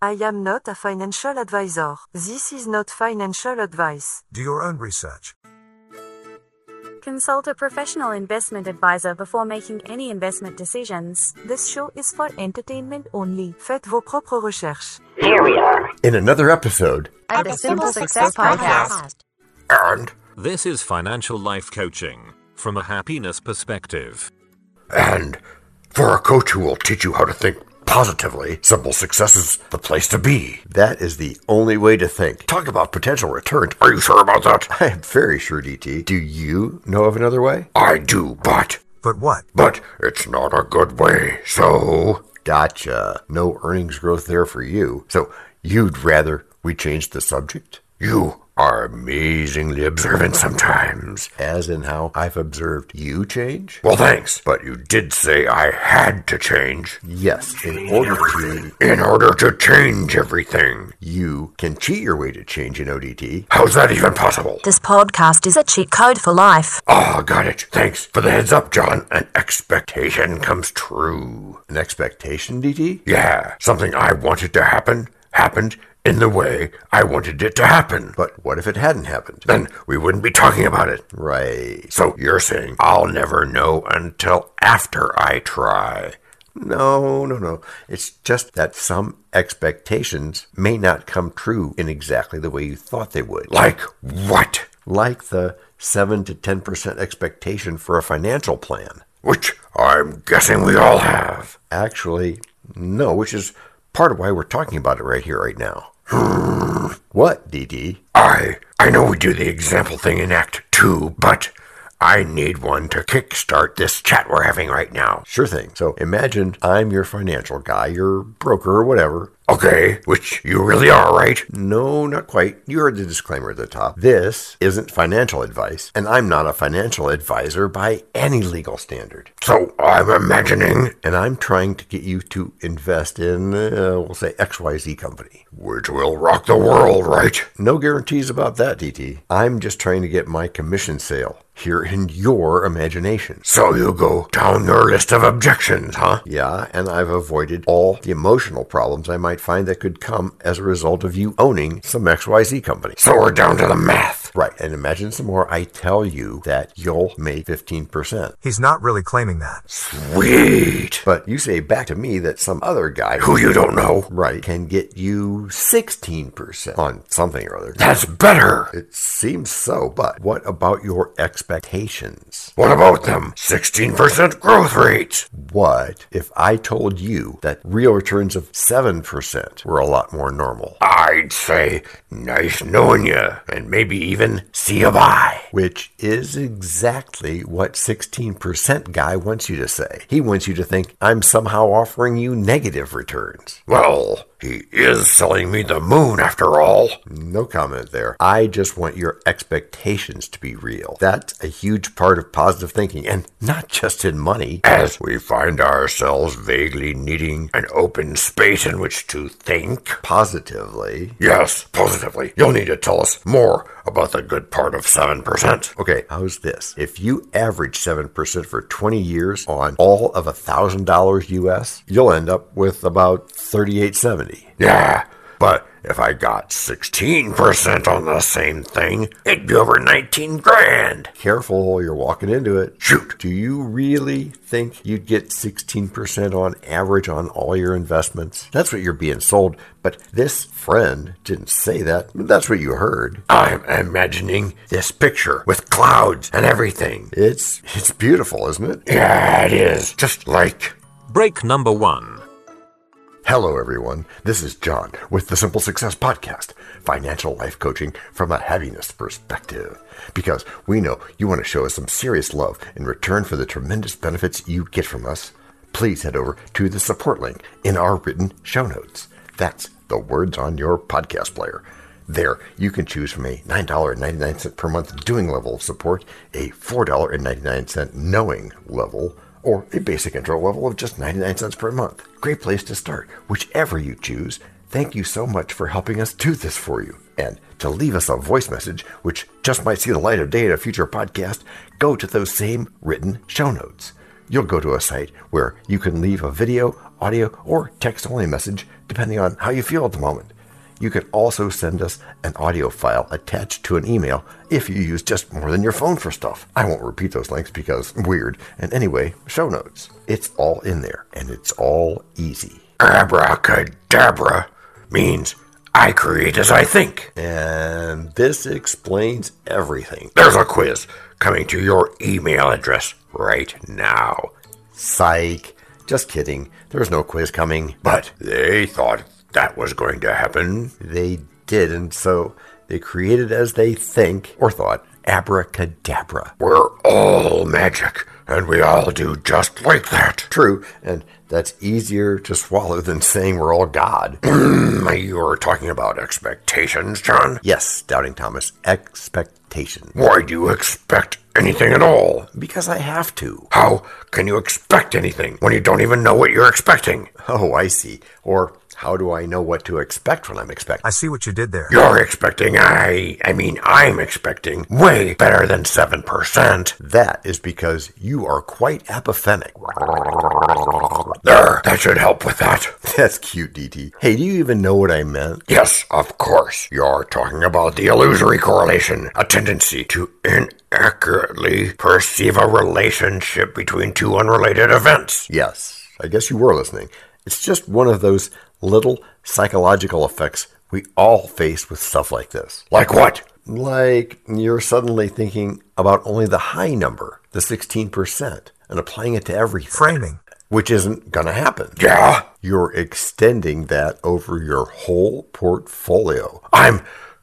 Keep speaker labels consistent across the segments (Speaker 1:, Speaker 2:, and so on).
Speaker 1: I am not a financial advisor. This is not financial advice.
Speaker 2: Do your own research.
Speaker 3: Consult a professional investment advisor before making any investment decisions.
Speaker 1: This show is for entertainment only. Faites vos propres recherches.
Speaker 4: Here we are.
Speaker 5: in another episode.
Speaker 3: At the Simple Success Podcast.
Speaker 5: And
Speaker 6: This is financial life coaching from a happiness perspective.
Speaker 5: and for a coach who will teach you how to think positively, simple success is the place to be. That is the only way to think. Talk about potential returns. Are you sure about that? I am very sure, DT. Do you know of another way? I do, but
Speaker 2: But what?
Speaker 5: but it's not a good way. So gotcha. No earnings growth there for you. So you'd rather we change the subject? You are amazingly observant sometimes. As in how I've observed you change? Well, thanks. But you did say I had to change. Yes, in order to. In order to change everything. You can cheat your way to change in ODT. How's that even possible?
Speaker 3: This podcast is a cheat code for life.
Speaker 5: Ah, got it. Thanks for the heads up, John. An expectation comes true. An expectation, DT? Yeah, something I wanted to happen happened in the way I wanted it to happen. But what if it hadn't happened? Then we wouldn't be talking about it. Right. So you're saying I'll never know until after I try. No, no, no. It's just that some expectations may not come true in exactly the way you thought they would. Like what? Like the 7 to 10% expectation for a financial plan. Which I'm guessing we all have. Actually, no, which is part of why we're talking about it right here, right now. what, DD?
Speaker 2: I I know we do the example thing in Act 2, but I need one to kickstart this chat we're having right now.
Speaker 5: Sure thing. So imagine I'm your financial guy, your broker, or whatever,
Speaker 2: Okay, which you really are, right?
Speaker 5: No, not quite. You heard the disclaimer at the top. This isn't financial advice, and I'm not a financial advisor by any legal standard.
Speaker 2: So I'm imagining
Speaker 5: And I'm trying to get you to invest in, uh, we'll say, XYZ company.
Speaker 2: which will rock the world, right?
Speaker 5: No guarantees about that, DT. I'm just trying to get my commission sale here in your imagination.
Speaker 2: So you go down your list of objections, huh?
Speaker 5: Yeah, and I've avoided all the emotional problems I might find that could come as a result of you owning some XYZ company.
Speaker 2: So we're down to the math.
Speaker 5: Right, and imagine some more. I tell you that you'll make 15%.
Speaker 2: He's not really claiming that.
Speaker 5: Sweet! But you say back to me that some other guy
Speaker 2: Who you don't know.
Speaker 5: right, can get you 16% on something or other.
Speaker 2: That's better.
Speaker 5: It seems so, but what about your expectations?
Speaker 2: What about them? 16% growth rates.
Speaker 5: What if I told you that real returns of 7% were a lot more normal?
Speaker 2: I'd say, nice knowing you, and maybe even see you bye.
Speaker 5: Which is exactly what 16% guy wants you to say. He wants you to think, I'm somehow offering you negative returns.
Speaker 2: Well, he is selling me the moon after all.
Speaker 5: No comment there. I just want your expectations to be real. That's a huge part of positive thinking, and not just in money.
Speaker 2: As we find ourselves vaguely needing an open space in which to think.
Speaker 5: Positively.
Speaker 2: Yes, positively. You'll need to tell us more about the good part of 7%.
Speaker 5: Okay, how's this? If you average 7% for 20 years on all of $1,000 US, you'll end up with about 3870.
Speaker 2: Yeah, but if I got 16% on the same thing, it'd be over 19 grand.
Speaker 5: Careful, you're walking into it.
Speaker 2: Shoot.
Speaker 5: Do you really think you'd get 16% on average on all your investments? That's what you're being sold, but this friend didn't say that. That's what you heard.
Speaker 2: I'm imagining this picture with clouds and everything.
Speaker 5: It's it's beautiful, isn't it?
Speaker 2: Yeah, it is. Just like
Speaker 6: Break number one.
Speaker 5: Hello, everyone. This is John with the Simple Success Podcast, financial life coaching from a happiness perspective. Because we know you want to show us some serious love in return for the tremendous benefits you get from us. Please head over to the support link in our written show notes. That's the words on your podcast player. There, you can choose from a $9.99 per month doing level of support, a $4.99 knowing level, or a basic intro level of just 99 cents per month. Great place to start, whichever you choose. Thank you so much for helping us do this for you. And to leave us a voice message, which just might see the light of day in a future podcast, go to those same written show notes. You'll go to a site where you can leave a video
Speaker 7: audio, or text only message, depending on how you feel at the moment. You can also send us an audio file attached to an email if you use just more than your phone for stuff. I won't repeat those links because weird. And anyway, show notes. It's all in there, and it's all easy.
Speaker 5: Abracadabra means I create as I think.
Speaker 7: And this explains everything.
Speaker 5: There's a quiz coming to your email address right now.
Speaker 7: Psych. Just kidding. There's no quiz coming.
Speaker 5: But they thought that was going to happen.
Speaker 7: They did, and so they created as they think or thought abracadabra.
Speaker 5: We're all magic, and we all do just like that.
Speaker 7: True, and that's easier to swallow than saying we're all God.
Speaker 5: You were talking about expectations, John.
Speaker 7: yes, Doubting Thomas, expectation.
Speaker 5: Why do you expect anything at all?
Speaker 7: Because I have to.
Speaker 5: How can you expect anything when you don't even know what you're expecting?
Speaker 7: Oh, I see. Or how do I know what to expect when I'm expecting?
Speaker 4: I see what you did there.
Speaker 5: You're expecting, I, I mean, I'm expecting way better than 7%.
Speaker 7: That is because you are quite apathetic.
Speaker 5: There, that should help with that.
Speaker 7: That's cute, DT. Hey, do you even know what I meant?
Speaker 5: Yes, of course. You're talking about the illusory correlation, a tendency to inaccurately perceive a relationship between two unrelated events.
Speaker 7: Yes, I guess you were listening. It's just one of those little psychological effects we all face with stuff like this.
Speaker 5: Like what?
Speaker 7: Like you're suddenly thinking about only the high number, the 16%, and applying it to everything,
Speaker 4: Framing.
Speaker 7: which isn't going to happen.
Speaker 5: Yeah,
Speaker 7: You're extending that over your whole portfolio.
Speaker 5: I'm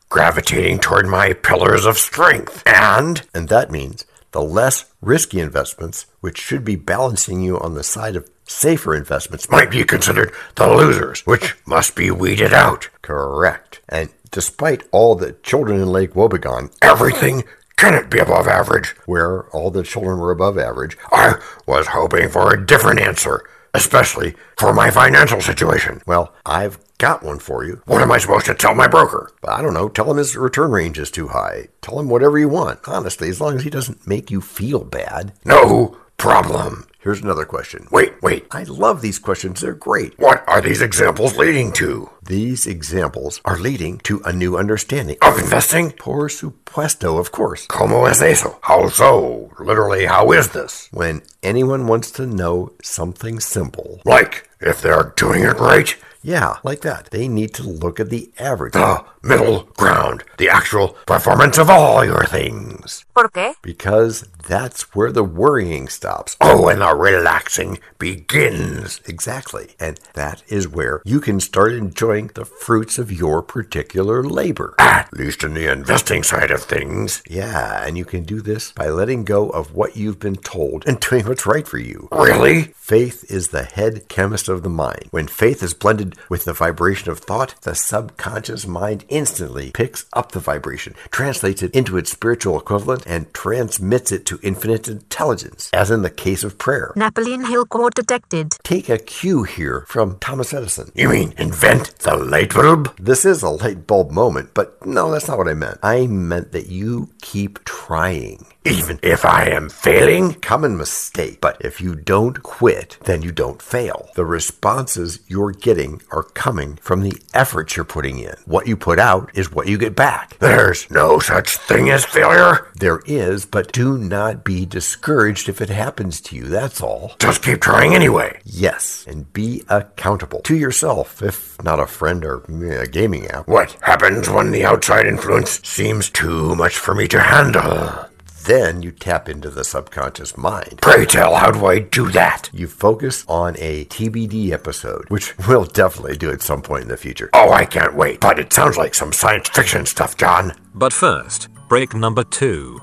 Speaker 5: gravitating toward my pillars of strength. And
Speaker 7: And that means the less risky investments, which should be balancing you on the side of safer investments,
Speaker 5: might be considered the losers, which must be weeded out.
Speaker 7: Correct. And despite all the children in Lake Wobegon,
Speaker 5: Everything cannot be above average.
Speaker 7: where all the children were above average,
Speaker 5: I was hoping for a different answer, especially for my financial situation.
Speaker 7: well, I've got one for you.
Speaker 5: What am I supposed to tell my broker?
Speaker 7: But I don't know. Tell him his return range is too high. Tell him whatever you want, honestly, as long as he doesn't make you feel bad.
Speaker 5: No problem.
Speaker 7: Here's another question.
Speaker 5: Wait, wait.
Speaker 7: I love these questions. They're great.
Speaker 5: What are these examples leading to?
Speaker 7: These examples are leading to a new understanding.
Speaker 5: Of investing?
Speaker 7: Por supuesto, of course.
Speaker 5: Como es eso? How so? Literally, how is this?
Speaker 7: When anyone wants to know something simple,
Speaker 5: Like, if they're doing it right?
Speaker 7: yeah, like that, they need to look at the average.
Speaker 5: The middle ground. The actual performance of all your things.
Speaker 3: ¿Por qué?
Speaker 7: Because that's where the worrying stops.
Speaker 5: Oh, and the relaxing begins.
Speaker 7: Exactly. And that is where you can start enjoying the fruits of your particular labor.
Speaker 5: At least in the investing side of things.
Speaker 7: Yeah, and you can do this by letting go of what you've been told and doing what's right for you.
Speaker 5: Really?
Speaker 7: Faith is the head chemist of the mind. When faith is blended with the vibration of thought, the subconscious mind instantly picks up the vibration, translates it into its spiritual equivalent, and transmits it to infinite intelligence, as in the case of prayer.
Speaker 3: Napoleon Hill Court detected.
Speaker 7: Take a cue here from Thomas Edison.
Speaker 5: You mean invent the light bulb?
Speaker 7: This is a light bulb moment, but no, that's not what I meant. I meant that you keep trying.
Speaker 5: Even if I am failing?
Speaker 7: Common mistake, but if you don't quit, then you don't fail. The responses you're getting are coming from the efforts you're putting in. What you put out is what you get back.
Speaker 5: There's no such thing as failure.
Speaker 7: There is, but do not be discouraged if it happens to you, that's all.
Speaker 5: Just keep trying anyway.
Speaker 7: Yes, and be accountable to yourself, if not a friend or mm, a gaming app.
Speaker 5: What happens when the outside influence seems too much for me to handle?
Speaker 7: Then you tap into the subconscious mind.
Speaker 5: Pray tell, how do I do that?
Speaker 7: you focus on a TBD episode, which we'll definitely do at some point in the future.
Speaker 5: Oh, I can't wait. But it sounds like some science fiction stuff, John.
Speaker 6: But first, break number two.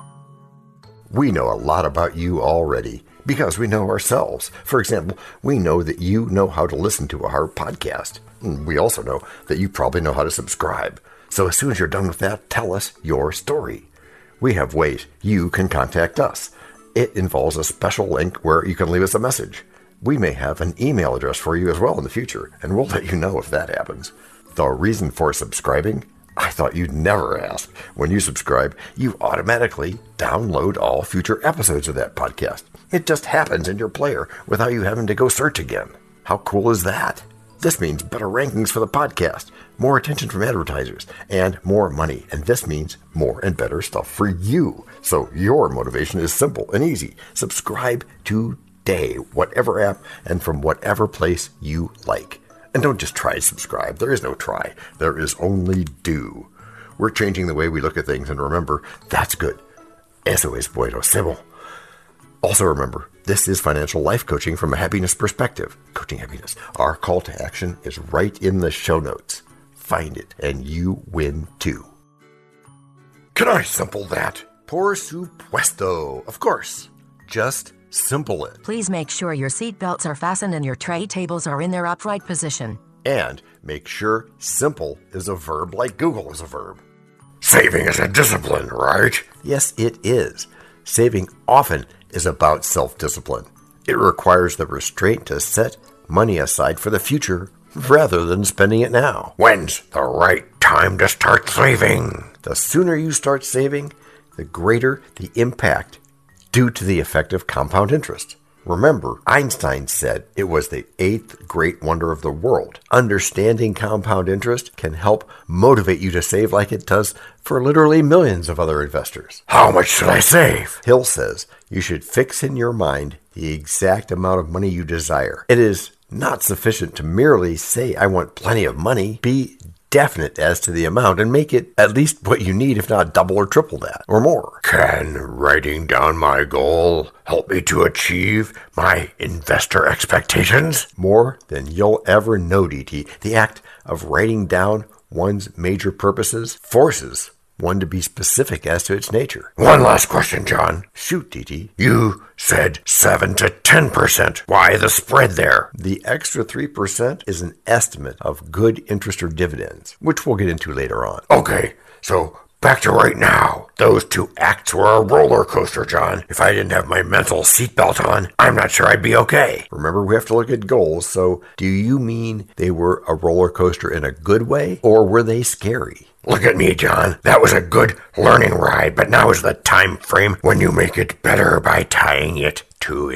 Speaker 7: We know a lot about you already because we know ourselves. For example, we know that you know how to listen to our podcast. And We also know that you probably know how to subscribe. So as soon as you're done with that, tell us your story. We have ways you can contact us. It involves a special link where you can leave us a message. We may have an email address for you as well in the future, and we'll let you know if that happens. The reason for subscribing? I thought you'd never ask. When you subscribe, you automatically download all future episodes of that podcast. It just happens in your player without you having to go search again. How cool is that? This means better rankings for the podcast, more attention from advertisers, and more money. And this means more and better stuff for you. So your motivation is simple and easy. Subscribe today, whatever app and from whatever place you like. And don't just try subscribe. There is no try. There is only do. We're changing the way we look at things, and remember, that's good. Eso es bueno, Sybil. Also, remember, this is financial life coaching from a happiness perspective. Coaching happiness. Our call to action is right in the show notes. Find it, and you win too. Can I simple that? Por supuesto. Of course. Just simple it.
Speaker 4: Please make sure your seat belts are fastened and your tray tables are in their upright position.
Speaker 7: And make sure simple is a verb like Google is a verb.
Speaker 5: Saving is a discipline, right?
Speaker 7: Yes, it is. Saving often is about self discipline. It requires the restraint to set money aside for the future rather than spending it now.
Speaker 5: When's the right time to start saving?
Speaker 7: The sooner you start saving, the greater the impact due to the effect of compound interest. Remember, Einstein said it was the eighth great wonder of the world. Understanding compound interest can help motivate you to save like it does for literally millions of other investors.
Speaker 5: How much should I save?
Speaker 7: Hill says you should fix in your mind the exact amount of money you desire. It is not sufficient to merely say, I want plenty of money. Be definite as to the amount and make it at least what you need, if not double or triple that or more.
Speaker 5: Can writing down my goal help me to achieve my investor expectations?
Speaker 7: More than you'll ever know, DT. The act of writing down one's major purposes forces one to be specific as to its nature.
Speaker 5: One last question, John.
Speaker 7: Shoot, DT.
Speaker 5: You said 7 to 10%. Why the spread there?
Speaker 7: The extra 3% is an estimate of good interest or dividends, which we'll get into later on.
Speaker 5: Okay, so back to right now. Those two acts were a roller coaster, John. If I didn't have my mental seatbelt on, I'm not sure I'd be okay.
Speaker 7: Remember, we have to look at goals, so do you mean they were a roller coaster in a good way, or were they scary?
Speaker 5: Look at me, John. That was a good learning ride, but now is the time frame when you make it better by tying it to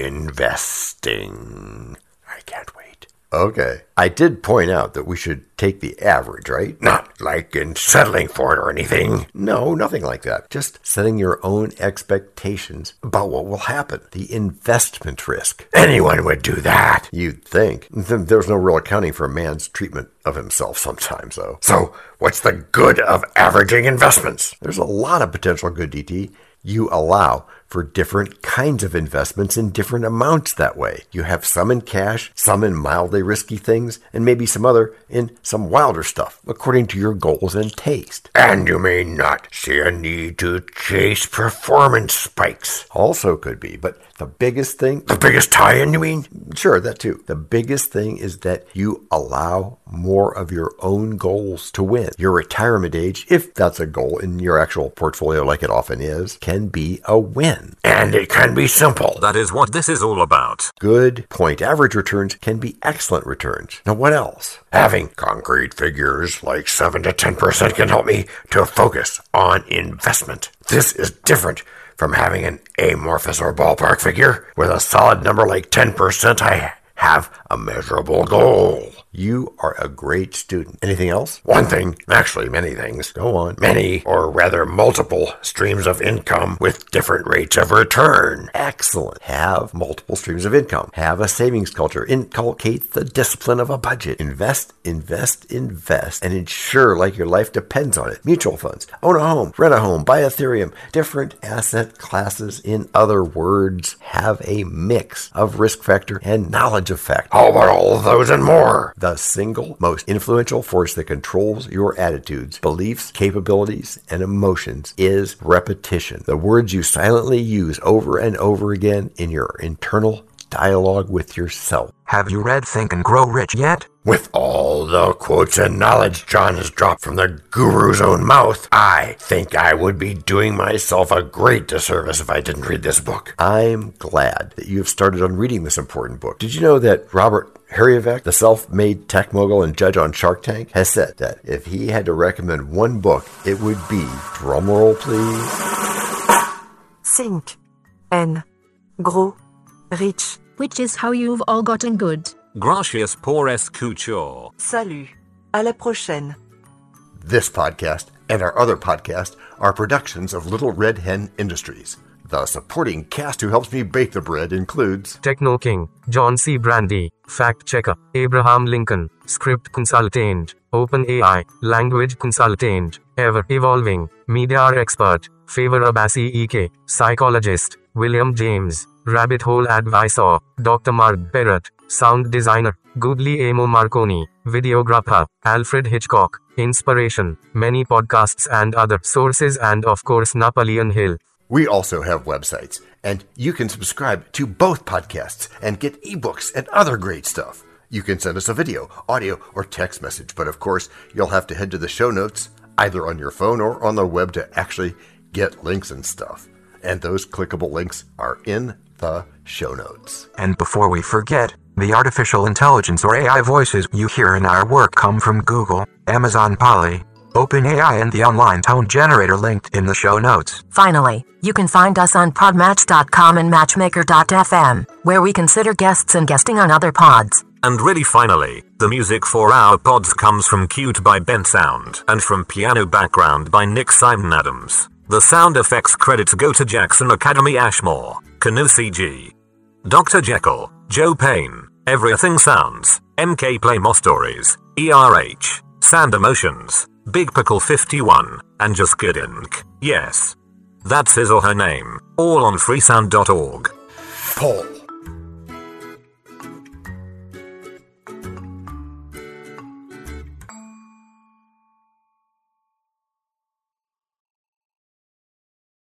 Speaker 5: investing. I can't wait.
Speaker 7: Okay. I did point out that we should take the average, right?
Speaker 5: Not like in settling for it or anything.
Speaker 7: No, nothing like that. Just setting your own expectations about what will happen. The investment risk.
Speaker 5: Anyone would do that.
Speaker 7: You'd think. Th- There's no real accounting for a man's treatment of himself sometimes, though.
Speaker 5: So, what's the good of averaging investments?
Speaker 7: There's a lot of potential good DT. You allow for different kinds of investments in different amounts that way. You have some in cash, some in mildly risky things, and maybe some other in some wilder stuff, according to your goals and taste.
Speaker 5: And you may not see a need to chase performance spikes.
Speaker 7: Also could be, but the biggest thing,
Speaker 5: The biggest tie in, you mean?
Speaker 7: sure, that too. The biggest thing is that you allow more of your own goals to win. Your retirement age, if that's a goal in your actual portfolio, like it often is, can be a win.
Speaker 5: And it can be simple.
Speaker 6: That is what this is all about.
Speaker 7: Good point. Average returns can be excellent returns. Now, what else?
Speaker 5: Having concrete figures like 7 to 10% can help me to focus on investment. This is different from having an amorphous or ballpark figure. With a solid number like 10%, I have a measurable goal.
Speaker 7: You are a great student. Anything else?
Speaker 5: One thing, actually many things,
Speaker 7: Go on.
Speaker 5: many or rather multiple streams of income with different rates of return.
Speaker 7: Excellent. Have multiple streams of income. Have a savings culture. Inculcate the discipline of a budget. Invest, invest, invest, and ensure like your life depends on it. Mutual funds. Own a home. Rent a home. Buy Ethereum. Different asset classes. In other words, have a mix of risk factor and knowledge of factor.
Speaker 5: How about all of those and more?
Speaker 7: The single most influential force that controls your attitudes, beliefs, capabilities, and emotions is repetition. The words you silently use over and over again in your internal dialogue with yourself.
Speaker 2: Have you read Think and Grow Rich yet?
Speaker 5: With all the quotes and knowledge John has dropped from the guru's own mouth, I think I would be doing myself a great disservice if I didn't read this book.
Speaker 7: I'm glad that you have started on reading this important book. Did you know that Robert Harrievek, the self made tech mogul and judge on Shark Tank, has said that if he had to recommend one book, it would be, drumroll please,
Speaker 1: Think. N. Grow. Rich.
Speaker 4: Which is how you've all gotten good.
Speaker 6: Gracias por escuchar.
Speaker 1: Salut. À la prochaine.
Speaker 7: This podcast and our other podcast are productions of Little Red Hen Industries. The supporting cast who helps me bake the bread includes
Speaker 8: Techno King, John C. Brandy, Fact Checker, Abraham Lincoln, Script Consultant, OpenAI, Language Consultant, Ever Evolving, Media Expert, Favor Abassi EK, Psychologist, William James, Rabbit Hole Advisor, Dr. Mark Perrott, Sound Designer, Guglielmo Marconi, Videographer, Alfred Hitchcock, Inspiration, many podcasts and other sources, and of course, Napoleon Hill.
Speaker 7: We also have websites, and you can subscribe to both podcasts and get ebooks and other great stuff. You can send us a video, audio, or text message, but of course, you'll have to head to the show notes either on your phone or on the web to actually get links and stuff. And those clickable links are in the show notes.
Speaker 2: And before we forget, the artificial intelligence or AI voices you hear in our work come from Google, Amazon Polly, OpenAI, and the online tone generator linked in the show notes.
Speaker 4: Finally, you can find us on podmatch.com and matchmaker.fm, where we consider guests and guesting on other pods.
Speaker 6: And really finally, the music for our pods comes from Cute by Ben Sound and from Piano Background by Nick Simon Adams. The sound effects credits go to Jackson Academy Ashmore, Canoe CG, Dr. Jekyll, Joe Payne, Everything Sounds, MK Play More Stories, ERH, Sand Emotions, Big Pickle 51, and Just Good Inc. Yes. That's his or her name, all on freesound.org.
Speaker 7: Paul.